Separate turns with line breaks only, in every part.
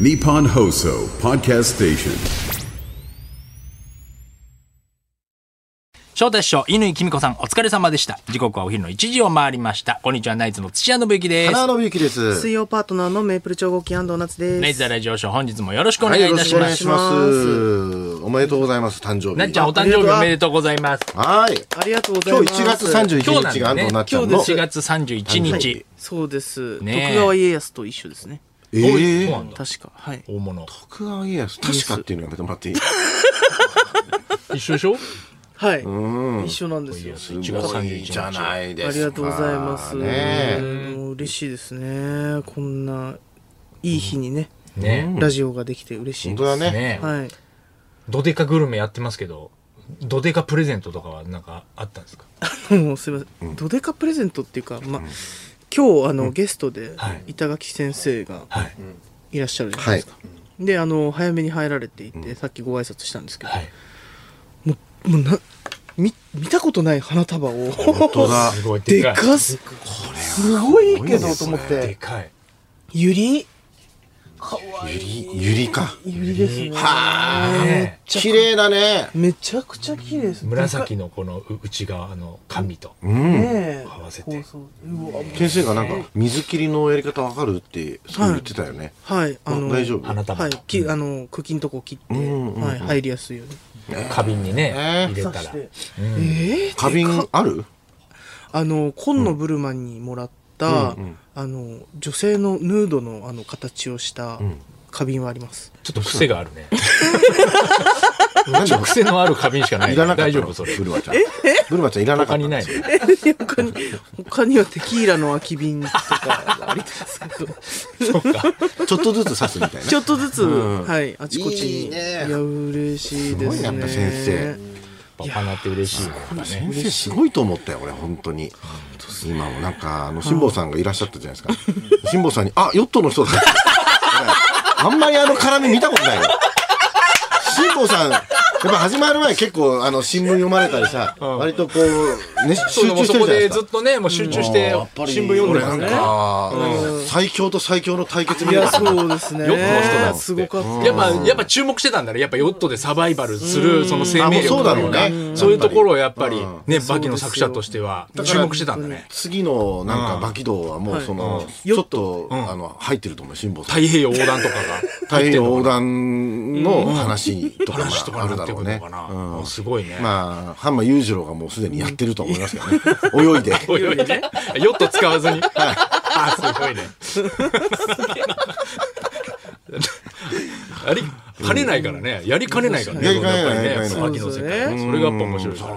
Nippon Hoso Podcast Station.
翔太師匠、乾きみこさん、お疲れ様でした。時刻はお昼の1時を回りました。こんにちは、ナイツの土屋信之です。
花信之です。
水曜パートナーのメープル超合金安藤夏です。
ナイツザラジオショー、本日もよろしくお願いいたし
よ
ま
ろ
す。
しくお願いします。おめでとうございます、誕生
なっ
日。
ちゃん、お誕生日おめでとうございます。
はい。
ありがとうござい
今
ます。
日1月31
今日
日が
なんでね、
安藤な
今
っちゃん
日で
の。
4月31日。
そうです。
ねえ
徳川家康と一緒ですね。
え
そう
ー
なんだ
確か。はい。
大物。
徳川家康、確かっていうのやめてもらっていい
一緒でしょ
はい。一緒なんですよ。
すごいじゃないです
あ
か。
りがとうございます。
ねえ
もう嬉しいですね。こんないい日にね、
ね
ラジオができて嬉しい
本
で
当
す。
だ
え。
ね。
ねえ。
はい。
ドデカグルメやってますけど、ドデカプレゼントとかはなんかあったんですか
もうすいません。ドデカプレゼントっていうか、まあ、今日あのゲストで
はい
板垣先生が
はい。
いらっしゃるじゃない
は
で
い
すか。。で、あの早めに入られていて、さっきご挨拶したんですけど
は、い。
もうもうな見見たことない花束を
当だ
すごい、
で
でかい。
かすすごいけどと思っ
で
て
かい。
ゆり
ゆり、ゆりか。
ゆりですね
ねえ
綺麗だね。
めちゃくちゃ綺麗です
紫のこのう内側の紙と。
うん。
ねえ
合わせて
そうそううわ
先生がなんか、水切りのやり方わかるって、そう言ってたよね。
はいあの
あ大丈夫
花束
はいきあの茎のとこ切って
んうんうん
はい入りやすいように
花瓶にね、
ね
入れ
刺
た
し
ら。
てええ
花瓶ある
あの紺のブルマンにもらったあの女性のヌードのあの形をした花瓶はあります
ちょっと癖があるね。
なんで
癖のある花瓶しかない。
いらなかったの
大丈夫それ。
ブルマちゃん。ブルマちゃんいらなか
他
った
に
の。
ないの。
他に他にはテキーラの空き瓶とかありますけど
ちょっとずつ刺すみたいな
ち。ょっとずつ、
うん
はい、あちこちに。
いいね
いや、嬉しいです
すごい
ね。
やっぱ先生
パパなって嬉しいね。やっぱね
先生すごいと思ったよ俺本当に今もなんかあの辛坊さんがいらっしゃったじゃないですか辛坊さんに「あヨットの人だ」あんまりあの絡み見たことないよ辛坊さんやっぱ始まる前結構あの新聞読まれたりさ、割とこう、ね、
そ
集
うでも
中して
そ
る
こ
じゃない
で
です
ずっ
か
とね、もう集中して新聞読んでます
俺なん
ね。
か、最強と最強の対決み
い
たいな
や、そうですね。
ヨットの人だって
すごかった。
やっぱ、やっぱ注目してたんだね。やっぱヨットでサバイバルする、その生命力という
あもうそうだ
か
ろうね、
そういうところをやっぱり、ね、
ん
バキの作者としては
だか
注
ら
目してたんだね。
次のなんかバキ道はもうその、ちょっと、あの入ってると思う辛坊さん
太平洋横断とか が。
太平洋横断の話とかが
話とか
あ
にな
るだ
って
ろ
く
う
るの
ね
か。な。もうすごいね。
まあ、半間裕次郎がもうすでにやってると思いますけどね。泳いで。
泳いでね。ヨット使わずに。あ、すごいね。 ありかねないからね。やりかねないからね。
やりかねない
やっぱりね
やりかねない
秋の世界
そうです
ね。それがやっぱ面白いですね。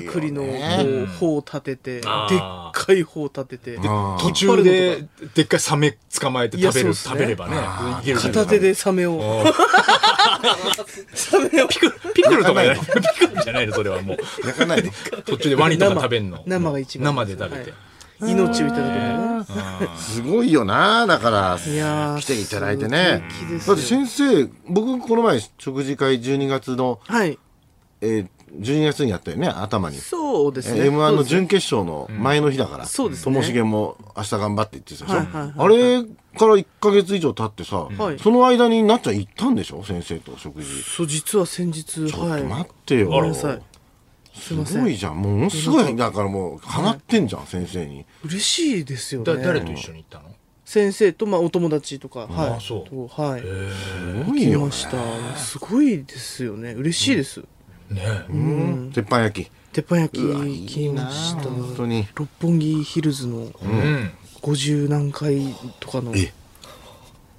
手作りのこう帆を立てて、でっ
あ
か
ー
い帆を立てて、
途中で、でっかいサメ捕まえて食べ
い
る、
やそうっす
食
ね
べればね。いける
片手でサメを。サメを。
ピクルとかじゃない。ピクルじゃないの、それはもう。
焼かないで。
途中でワニとか食べんの。
生が一番。
生で食べて。
はい。命をいただける。
すごいよな、だから。
いやー
来ていただいてね
素敵で。す
だ
よ
って先生、僕この前食事会12月の、
はい。
えー、12月にやったよね、頭に。
そうですね。
M1 の準決勝の前の日だから、
そうですね
ともしげも明日頑張ってって言ってたでしょ、
はいはい
あれから1ヶ月以上経ってさ、
はい
その間になっちゃん行ったんでしょ先生とお食事。
そう、実は先日、
ちょっ
はい。
と
ご
待ってよ。
めんなさい。すいますせ
ご
ん
い。じゃん。もうすごい、だからもう、放ってんじゃん、先生に。
嬉しいですよね。
だ誰と一緒に行ったの
先生と、まあ、お友達とか、はい、
あそう
とはい、
すごい
来
よ
ま。した。すごいですよね。嬉しいです。
ね
うん鉄板焼き。
鉄板焼き来ました。
本当に。
六本木ヒルズの
うん。
50何階とかの
え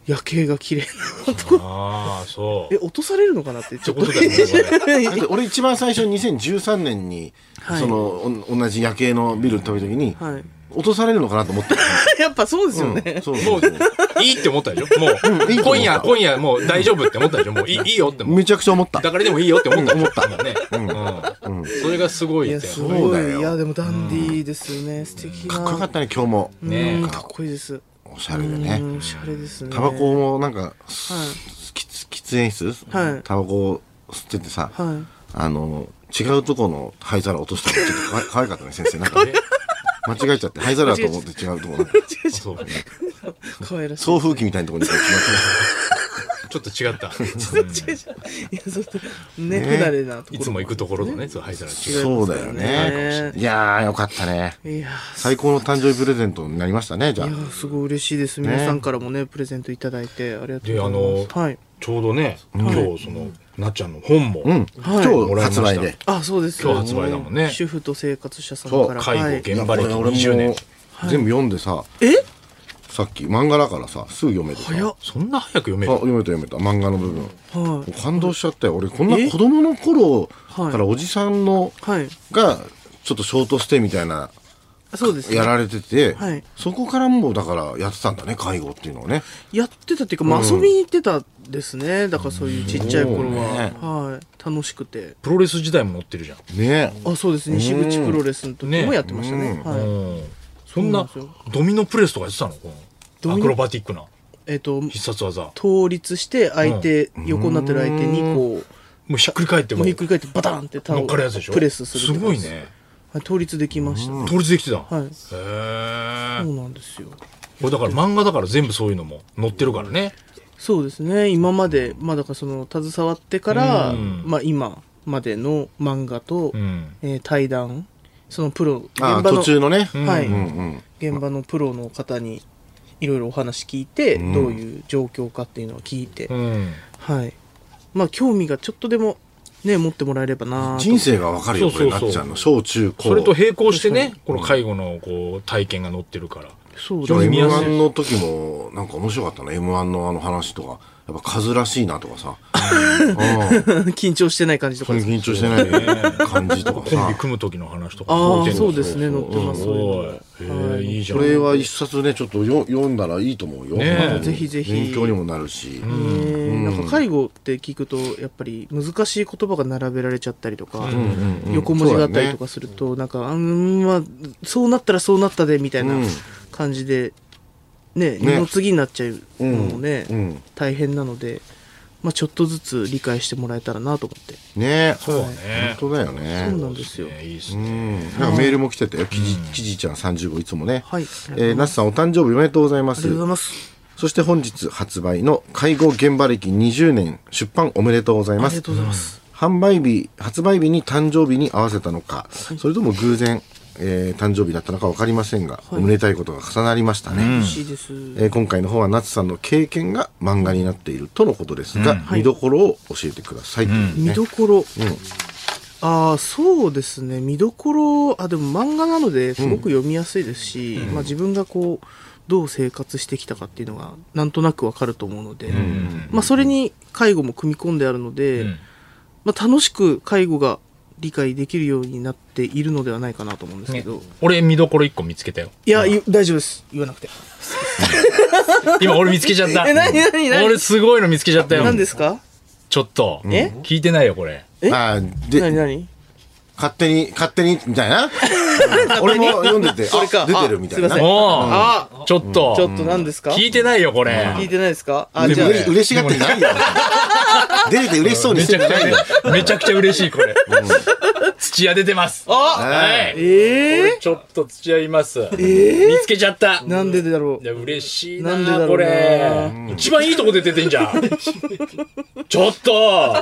夜景が綺麗 なとこ。
ああ、そう
え、。落とされるのかなってちょっと。
ってことだよねこ
だって俺一番最初2013年に、
はい
そのお同じ夜景のビル食べた時に、
はい。
落とされるのかなと思って
やっぱそうですよね。
た。そう
も
そう
う、いいって思ったでしょも、
うんいいうと思った
今夜、今夜、もう大丈夫って思ったでしょもう、いいいいよって思っ
めちゃくちゃ思った
た。。誰でもいいよって思ったでしょ。思ったもんね。うん。それがすご
い
いっ
や、
て。
す
そう
ご
だ
い。
よ
いや、でもダンディーですよね。素敵な。
かっこよかったね、今日も。
ね
うんかっこいいです。
おしゃれで
う
ね。
ん、おしゃれですね。
タバコもなんか、すき喫煙室
はい
タバコを吸っててさ、
はい。
あの、違うとこの灰皿落としたのちょっとかわ い可愛かったね、先生。なんかね。間違えちゃって、灰皿だと思って違うとこなんか。
そう
可愛らしい。
送風機みたいなところにこう決まって
ちょっと違った。
違う違ういやちょっとね不慣れなところ
いつも行くところとね、そう、灰皿違う。
そうだよね。いやー、よかったね。
いや
最高の誕生日プレゼントになりましたね、じゃあ
い。やすごい嬉しいです皆さんからもねプレゼントいただいてありがとう
で、あ
ござい
の
ます、はい
ちょうどね、今日、その、なっちゃんの本も、
うん。
はい
今日発売で。
あそうです
今日発売だもんね
主婦と生活者さんから
そう介護
はい
現現場歴20年
いやこれ俺も全部読んでさ、
え
さっき漫画だからさ、すぐ読めてさ。
早っ
あ
そんな早く読める
読めた読めた漫画の部分、も
は
う
い
感動しちゃったよ俺こんな
え
子供の頃か
はい
らおじさんの
はい
がちょっとショートステイみたいな
そうですね
やられてて、
はい
そこからもうだからやってたんだね介護っていうのをね
やってたっていうか、まあ、遊びに行ってたですね、だからそういうちっちゃい頃は、
うん
はい、楽しくて
プロレス時代も載ってるじゃん。
ね
あそうです西口プロレスの時もやってましたね、
うん
はい
うんそ
うんな
な
んですよ
ドミノプレスとかやってたのこ
ド
の
ミ
ア
ノ
クロバティックな
えっ、と
必殺技も
倒立して相手、横になってる相手にこ
うひっくり返って
う
も
もうひっく
り
り返ってバタンってタ
乗っかるやつでしょ
プレスする
す
とか
ごいね
はい倒立できました、
倒立できてたの
はい
へえ
そうなんですよ
これだから漫画だから全部そういうのも載ってるからね
そうですね今までまあだからその携わってから、
うん
まあ、今までの漫画と、
うん
えー対談そのプロ現
あ
場
あ
の
途中のね、
はい、
うんうん
現場のプロの方にいろいろお話聞いて、
うん
どういう状況かっていうのを聞いて、
うん
はいまあ興味がちょっとでもね持ってもらえればなと
人生がわかるよこれ
そうそうそう
なっちゃんの小中高
それと並行してねこの介護のこう体験が載ってるから
そう
非常
で
に
す
見やすい
M1 の時もなんか面白かったね M1 のあの話とかやっぱ数らしいなと かさうん
緊張してない感じと
そ
か
れ
です
緊張してない感じとか
コンビ
さ
組む時の話とか
あ
載
あ
ってる
そ
の
うですね載ってます
す
そういうの
ごいへえいいじゃん
これは一冊ねちょっとよ読んだらいいと思うよ、
ねえ
うん
ぜひぜひ
勉強にもなるし、
ねなんか介護って聞くとやっぱり難しい言葉が並べられちゃったりとか、横文字があったりとかすると、なんかあーうーんまあそうなったらそうなったでみたいな
うん
感じで、ね二の次になっちゃうのもね、
うんうん
大変なので、まあ、ちょっとずつ理解してもらえたらなと思って
ね
そうね
本当だよね
そうなんですよ、
ねいいっす
う
ね
んなんかメールも来てたよ、きじきじちゃん35いつもね、
はい
えー、なすさんお誕生日おめでとうございま
あり
す
がとうございます
そして本日発売の介護現場歴20年出版おめでとうござい
あ
ま
り
す
がとうございます、
販売日発売日に誕生日に合わせたのか、それとも偶然、えー誕生日だったのか分かりませんが、おめでたいことが重なりましたね、
嬉しいです、
えー今回の本は夏さんの経験が漫画になっているとのことですが、見どころを教えてくださいというね、
見どころ、ああそうですね見どころあでも漫画なのですごく読みやすいですし、まあ、自分がこうどう生活してきたかっていうのがなんとなくわかると思うので、まあ、それに介護も組み込んであるので、
ん
まあ、楽しく介護が理解できるようになっているのではないかなと思うんですけど、
俺見どころ一個見つけた よ
いやい大丈夫です言わなくて
今俺見つけちゃった
え何何何
俺すごいの見つけちゃったよ
何ですか
ちょっと
え
聞いてないよこれ
え
あーで
何何
勝手に勝手にみたい な俺も読んでて
それ
あ
か
出てるみたいな
あすいません
おー
あ
ちょっと
ちょっと何ですか
聞いてないよこれ
聞いてないですかあ
で
じゃ
も
あ
嬉嬉しがってないよ 出れて嬉しそうに
め
し
ち
て
ゃ
ん
く
じゃ
ちゃ
ないよ
ねめちゃくちゃ嬉しいこれ土屋出てます
あ
はい
ええ
これちょっと土屋います見つけちゃった
ー、なんでだろう
いや嬉しい
なんでだろ
な
うな
これ一番いいとこで出てんじゃ んちょっと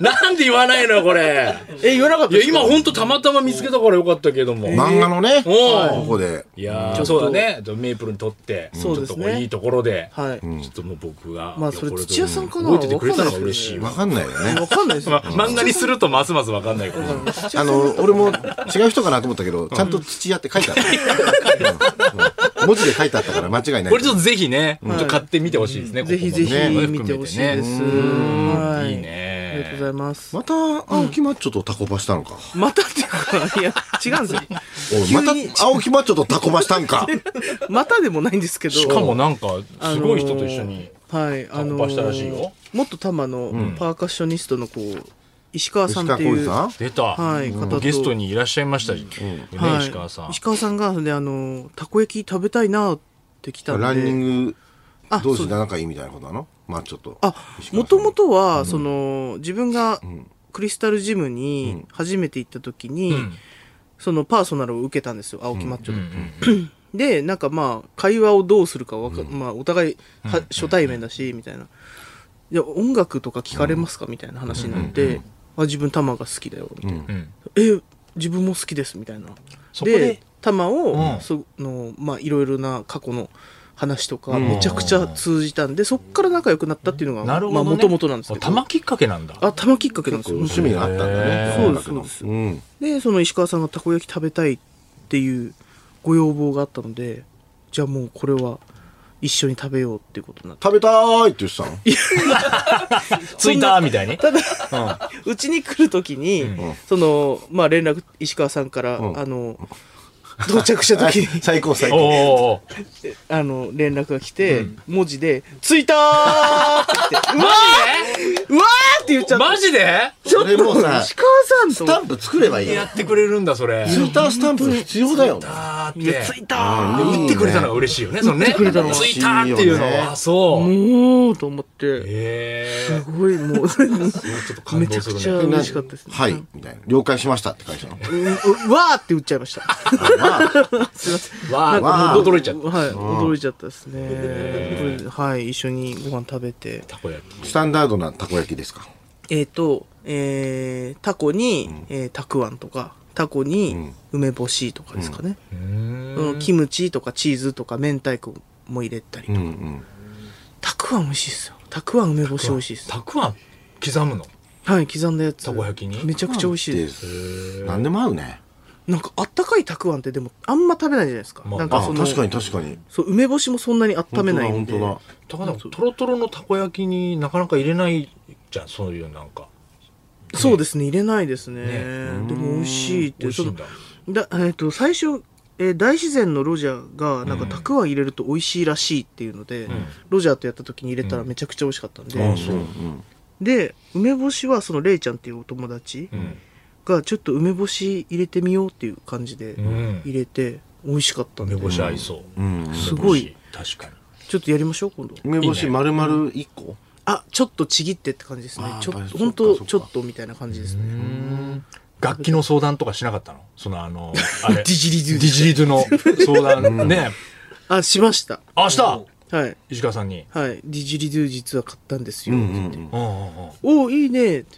なんで言わないのよこれ
え、言わなかった
いや今ほんとたまたま見つけたからよかったけども
漫画のね
おう
ここで
いやーそうだねメープルにとってちょ
そ
っ
うで
と
すね
こういいところで
はい。
ちょっともう僕が
まあそれ
いやこで
土屋さんかな
覚えててくれたのが嬉しい
わ
わ
かんないよね
わかんないです
ま
よ
あ。漫画にするとますますわかんないけど
あの俺も違う人かなと思ったけどちゃんと土屋って書いてあった、 うんうん文字で書いてあったから間違いない
これちょっとぜひねちょっと買ってみてほしいですね
ぜひぜひ
ここもね
見てほしい
含めてね
です。はい。
いいね
ありがとうございます。
また青木マッチョとタコパしたのか、
またっていう か、いや、違うんです
お
よ。
い
急
また
に、
青木マッチョとタコパしたん か
またでもないんですけど。
しかもなんかすごい人と一緒に
あのー。はい、あの
乾杯したらしいよ
ー、元玉のパーカッショニストのこう、石川さんっていう。
石川浩
出た
はい
うん
方と
ゲストにいらっしゃいましたね石川さ
は
ん
い、石川さんが、で、あのー、たこ焼き食べたいなって来た
二さ
ん
ん
で。
ランニング
あ
同
そ
士
う
で仲いいみたいなことなのマッチョと
あ
石川
も
さん
ともとは、その自分がクリスタルジムに初めて行った時に、そのパーソナルを受けたんですよ青木マッチョで、 でなんかまあ会話をどうするかわか、まあ、お互いは、初対面だしみたいな「いや音楽とか聞かれますか?」みたいな話になって「あ自分タマが好きだよ」みたいな「
ん
え自分も好きです」みたいな。
そこで
タマを、
うん
そのまあいろいろな過去の話とかめちゃくちゃ通じたんで、そっから仲良くなったっていうのが
なるほど、ね。
まあ元々なんですけど
玉きっかけなんだ。
あ玉きっかけなんですよ
趣味があったんだね
へー
音楽の
そうですそう
うん
でその石川さんがたこ焼き食べたいっていうご要望があったのでじゃあもうこれは一緒に食べようっていうことになって
食べたーいって言ってたの
ついたみたいに。
ただうち、に来る時に、そのまあ連絡石川さんから、
うん
あの到着した時に
最高最
お
高
おー。
あの連絡が来て、文字で「着いたー!」って言って「うわーうわー!」って言っちゃった
マジで
ちょっ
それも
と
う さ
石川さんと
スタンプ作ればいいよ
やってくれるんだ、それ。
ツイッタースタンプ必要だよね
あーっ
いや着
て。
いた
うん
言ってくれたのが嬉しいよね、そのね。
くれたのが
ついたっていう
嬉しいよね
の。あ、そう。
ーもうと思って
へ
す
え。
ごいもう
ちょっと感
め
動
ちゃ
す
く
る
ちゃ
ね。
嬉しかったですね
はいみたいな了解しましたって返したの
ううわーって打っちゃいました。
わあ、
わ
わ
あ
あ、驚いちゃった。
はい、驚いちゃったですね。これはい、一緒にご飯食べて。
たこ焼
スタンダードなたこ焼きですか
えっ、と、えー、タコに、えーたくあんとか、タコに梅干しとかですかね。うんキムチとかチーズとか明太子も入れたりと
う
か。
んうん
たくあん美味しいですよ。たくあん梅干し美味しいで
き。
す。
たくあん刻むの。
はい、刻んだやつ。
たこ焼きに
めちゃくちゃ美味しい
で
です。
何でも合うね
なんかあったかいたくあんってでもあんま食べないじゃないですか。
まあ
なんか
あ
その
確かに確かに
そう、梅干しもそんなに温めないん
本
で。
当だ本
高田さん、トロトロのたこ焼きになかなか入れないじゃん、そういうなんか。
そうですね入れないですね
ね
でも美味しいって
美味しいんだ。
そのだえっ、と最初、えー大自然のロジャーがなんかたくあん入れると美味しいらしいっていうので、ロジャーとやった時に入れたらめちゃくちゃ美味しかったんで、
当だそううん
で梅干しはそのレイちゃんっていうお友達
うん。
がちょっと梅干し入れてみようっていう感じで
ん
入れて美味しかったんで、
梅干し合いそう。
うん
すごい
確かに。
ちょっとやりましょう今度
梅干
いい
し
ね
丸々一個
あちょっとちぎってって感じですね
あー
ちょ
大
っ
丈
と
夫
本
そっ
当
か
ちょっとみたいな感じですね
楽器の相談とかしなかったのそのあ の、あれ。デ
ディジリドゥ
ィジリドゥの相談ね。
あしました
明日
はい
石川さんに。
はい、ディジリドゥ実は買ったんですよ、って言って
うんうんうん。
おおいいねって言って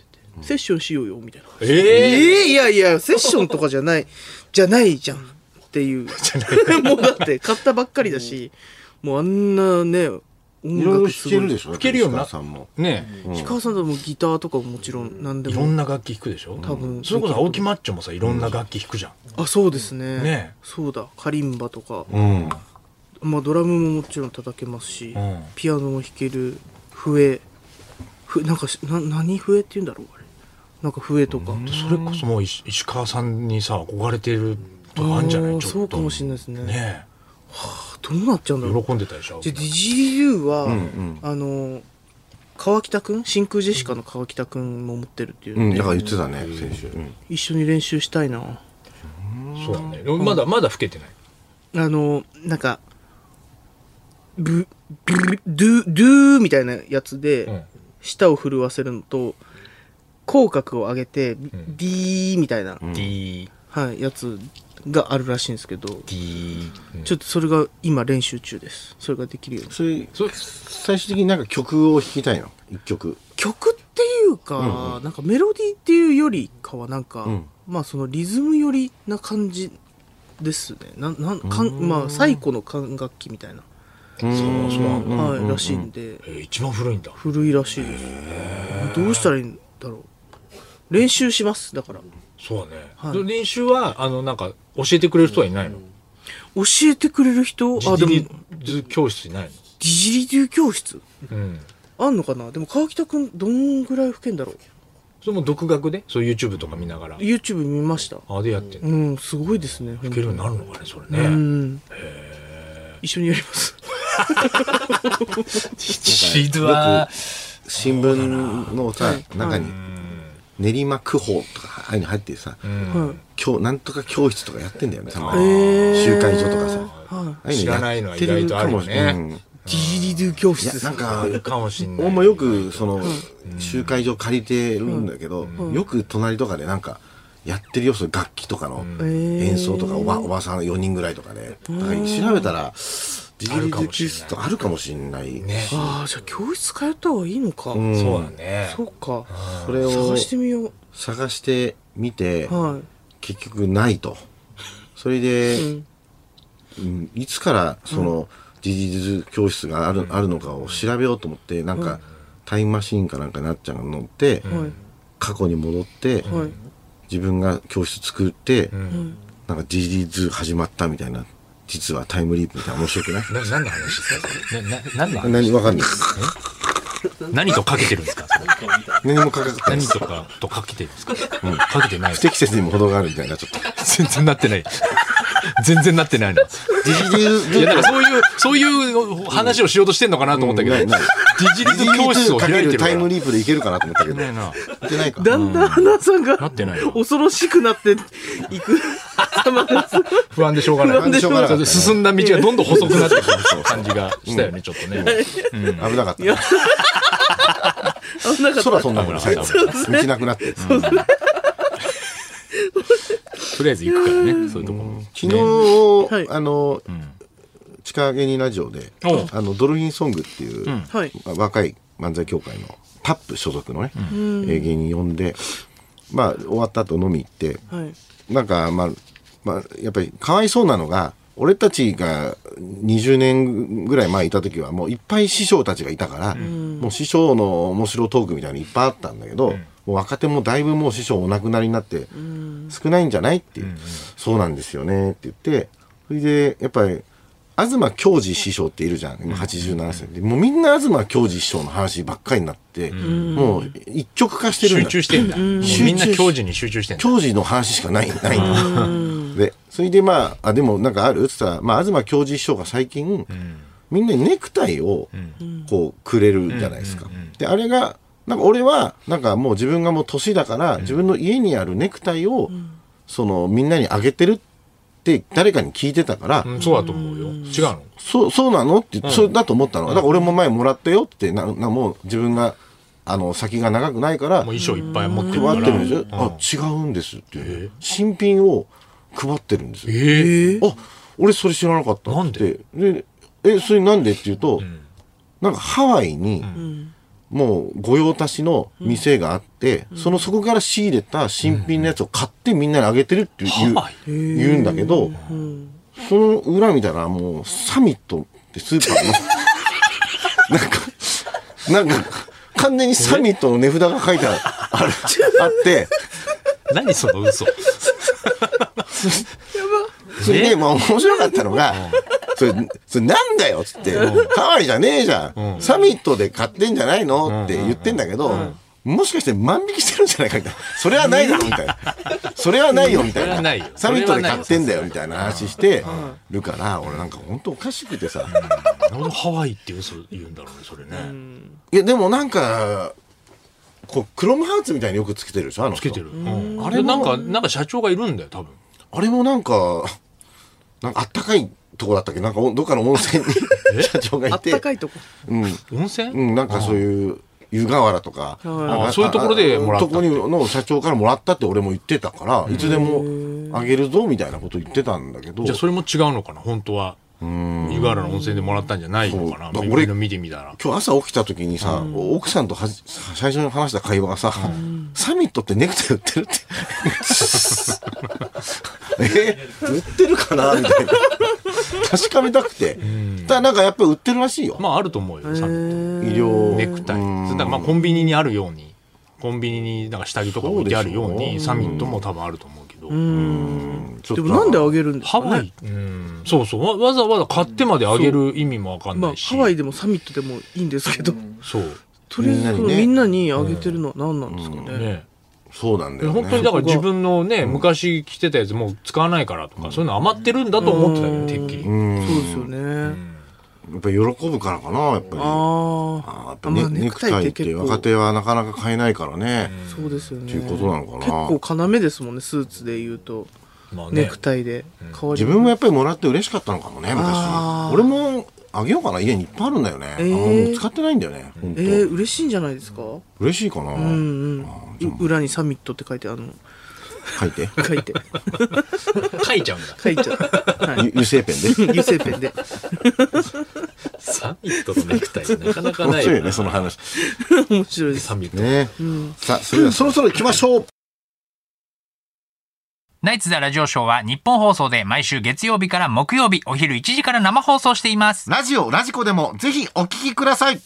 セッションしようよみたいな、え
ええ
ーいやいやセッションとかじゃないじゃないじゃんっていうもうだって買ったばっかりだし、もうあんなね
い
音
ろいろ
楽
弾
す
け
ご
る
い
でしょ
弾けるようにな
石川さんも
ね
石川さんともギターとかももちろん何で
いろん
も
な楽器弾くでしょ多
分
それこそ青木マッチョもさ、いろんな楽器弾くじゃん。
あそうですね
ね
そうだカリンバとか、
うん
まあ、ドラムももちろん叩けますし、
ん
ピアノも弾ける笛笛なんかしな何笛って言うんだろうあれなんか笛とか、
それこそもう石石川さんにさ、憧れてるとかあんじゃない
あ
ちょ
ー
っと。
そうかもしれないですね
ね
どうなっちゃうんだろう
喜んでたでしょ。
じゃあ DGU は、あの川北くん真空ジェシカの川北くんも持ってるっていう、
うんだから言ってたね先週うん
一緒に練習したいな
そうだね。でもまだ、まだ老けてない。
あのなんかブブドゥドゥみたいなやつで、
ん
舌を震わせるのと口角を上げて、ディーみたいな、
D、
はい、やつがあるらしいんですけど、
D、
ちょっとそれが今練習中ですそれができるように
それ最終的になんか曲を弾きたいの一曲
曲っていうか、なんかメロディーっていうよりかはなんか、
ん
まあそのリズム寄りな感じですねなんなんかんまあ最古の管楽器みたいな、
そうそう。
はい、らしいんで
えー一番古いんだ。
古いらしいですどうしたらいいんだろう練習しますだから
そうだね。で練習は、あの、なんか、教えてくれる人はいないの
教えてくれる人あ
あ、で
でも
も
ディ、
教室いない
ジリデュー教室
のうん。
あんのかなでも川北くんどんぐらい吹けんだろう
それも独学でそう YouTube とか見ながら。
YouTube 見ました
あ、でやってんの。
うんすごいですね
いけるようになるのかね、それ
う
ね。
ん一緒にやります
シーズ
よ、く新聞のさ中に練馬区報とかああいうの入ってさ
はい
今日なんとか教室とかやってんだよねたまに
へー
集会所とかさ
はい
ああうの
知らないのは意外とあるよね
やってるかもうん
ディジリドゥ教
い
室
や
です
なんか
あるかもしんない。
俺もよくその集会所借りてるんだけどよく隣とかでなんかやってるよその楽器とかの
へー
演奏とかおばおばさん4人ぐらいとかねだから調べたらディギリテキストあるかもしれない
ね
ああじゃあ教室通った方がいいのか、
うん
そうだね
そうか
それを
探してみよう
探してみて
はい
結局ないとそれで、
うん
うんいつからそのディギリテ教室がある,、あるのかを調べようと思ってなんか、タイムマシーンかなんかなっちゃんが乗って、
はい
過去に戻って、
はい
自分が教室作って、
うん
なんか DD ズー始まったみたいな、実はタイムリープみたいな面白くない
な何の話ですかなな何の話
何わかんない。
何とかけてるんですかそれ
何もかかってない
何。とかとかけてるんですか、かけてない
不適切にも程があるみたいな、ちょっと。
全然なってない。全然なってないな。
DD ズ
いや、なんかそういう、そういう話をしようとしてんのかなと思ったけど、
うんないない
ディジリズ教室を
かけ
開いて
る
るか
タ
ら。
イム
な
リープでいけるかなと思ったけど。
いな。
やってないか。
だんだん花さんが
なってないよ
恐ろしくなっていく様です
不安でしょうがない。
不安でしょうが
なかった
進んだ道がどんどん細くなってくる感じがしたよね、ちょっとね。
危なかった
いや。危なかった
空飛んだもんね、最後。
そうですね
道なくなって。
とりあえず行くからね、そういうとこも。
昨
はい
日、あの、地下芸人ラジオで、あの、ドルフィンソングっていう、
はい
まあ若い漫才協会のタップ所属のね、えー芸人呼んで、まあ、終わった後飲み行って、
はい
なんか、まあ、まあ、やっぱりかわいそうなのが、俺たちが20年ぐらい前いた時はもういっぱい師匠たちがいたから、もう師匠の面白トークみたいなのいっぱいあったんだけど、もう若手もだいぶもう師匠お亡くなりになって少ないんじゃないっていう、そうなんですよねって言って、それでやっぱり東京二師匠っているじゃん今87歳でもうみんな東京二師匠の話ばっかりになって、もう一極化してるん
集中
だ
してんだ。もうみんな
集中し
教授に集中してんだ。
教授の話しかない、ないの。で、それでまあ、あ、でもなんかあるって言ったら、まあ、東教授師匠が最近、みんなにネクタイを、こう、くれるじゃないですか。で、あれが、なんか俺は、なんかもう自分がもう年だから、自分の家にあるネクタイを、その、みんなにあげてるって誰かに聞いてたから、
うん、そうだと思うよ。違うの
そう、そうなのって、それだと思ったの。だから俺も前もらったよって、な、な、もう自分が、あの、先が長くないから、
もう衣装いっぱい持ってるか
配ってるんです
ら。
よ、あ違うんですって、新品を配ってるんですよ、
ええ。
あ俺それ知らなかった
なん
ってでえそれなんでっていうと、なんかハワイに、もう御用達の店があって、そのそこから仕入れた新品のやつを買ってみんなにあげてるっていう、
ハワイ
言う言うんだけど、その裏見たらもうサミットってスーパーのなんかなんか完全にサミットの値札が書いてあるあるあって。
何その嘘。
それで、まあ面白かったのが、それ、それなんだよっつって、ハワイじゃねえじゃん。サミットで買ってんじゃないのって言ってんだけど、もしかして万引きしてるんじゃないかみたいな。それはないだろみたいな。それはないよみた
それはいないよ
な。サミットで買ってんだよみたいな話してるから、俺なんか本当おかしくてさ。
なんでハワイって嘘言うんだろうね、それね。
いや、でもなんか、こう、クロムハーツみたいによくつけてるでしょあの
つ
人
けてる。うんあれなんか、なんか社長がいるんだよ、多分。
あれもなんか、なんかあったかいとこだったっけなんかどっかの温泉に社長がいて。
あったかいとこ
うん。
温泉
うん、なんかそういう湯河原とか
はい
なんか
あそういうところでもらったっ
と
て
こにの社長からもらったって俺も言ってたからいつでもあげるぞみたいなこと言ってたんだけど
じゃあそれも違うのかな本当は湯河原の温泉でもらったんじゃないのかな
そうだ
俺
俺
の見てみたら
今日朝起きた時にさ、奥さんとはじ最初に話した会話がさ、サミットってネクタイ売ってるって。え売ってるかなみたいな。確かめたくて。ただなんかやっぱり売ってるらしいよ。
まああると思うよサミッ
医療
トネクタイ
うん
それだからまあコンビニにあるようにコンビニになんか下着とか置いてあるよう
そうで
に
しょ
サミットも多分あると思うけど
ちょっ
で
と
もなんであげるんです
ハ
かね
ワイうんそうそうわわざわざ買ってまであげる意味もわかんな
まあ
いし
ハワイでもサミットでもいいんですけど
そう
とりあえずそのみ
み
ん
ん
なにあげてるのは何なんですかね
ね
そうなんだよ、ね。
本当にだから自分のね昔着てたやつもう使わないからとかそういうの余ってるんだと思ってたよねてっきり
そうですよね
やっぱり喜ぶからかな、やっぱり。
あ
あーやっぱね
まあ
ネクタイって若手はなかなか買えないからね。
あそうですよね
っていうことなのかな
結構要ですもんねスーツで言うと
まあね
ネクタイで変わり
自分もやっぱりもらって嬉しかったのかもね、
あー
昔。俺もあげようかな、家にいっぱいあるんだよね。
えー
あもう使ってないんだよね、本当、
えー嬉しいんじゃないですか
嬉しいかな。
うんうん裏にサミットって書いてあるの
書いて。
書いて。
書いちゃうんだ。
書いちゃう。はい。
ゆ油性ペンで。
油性ペンで。
サミットとネク タイなかなか
面
ない
白い
よ
よね、その話。
面白いです。
サミット。
ねさあ、それではそろそろ行きましょう。
ナイツザラジオショーは日本放送で毎週月曜日から木曜日お昼1時から生放送しています。
ラジオ、ラジコでもぜひお聞きください。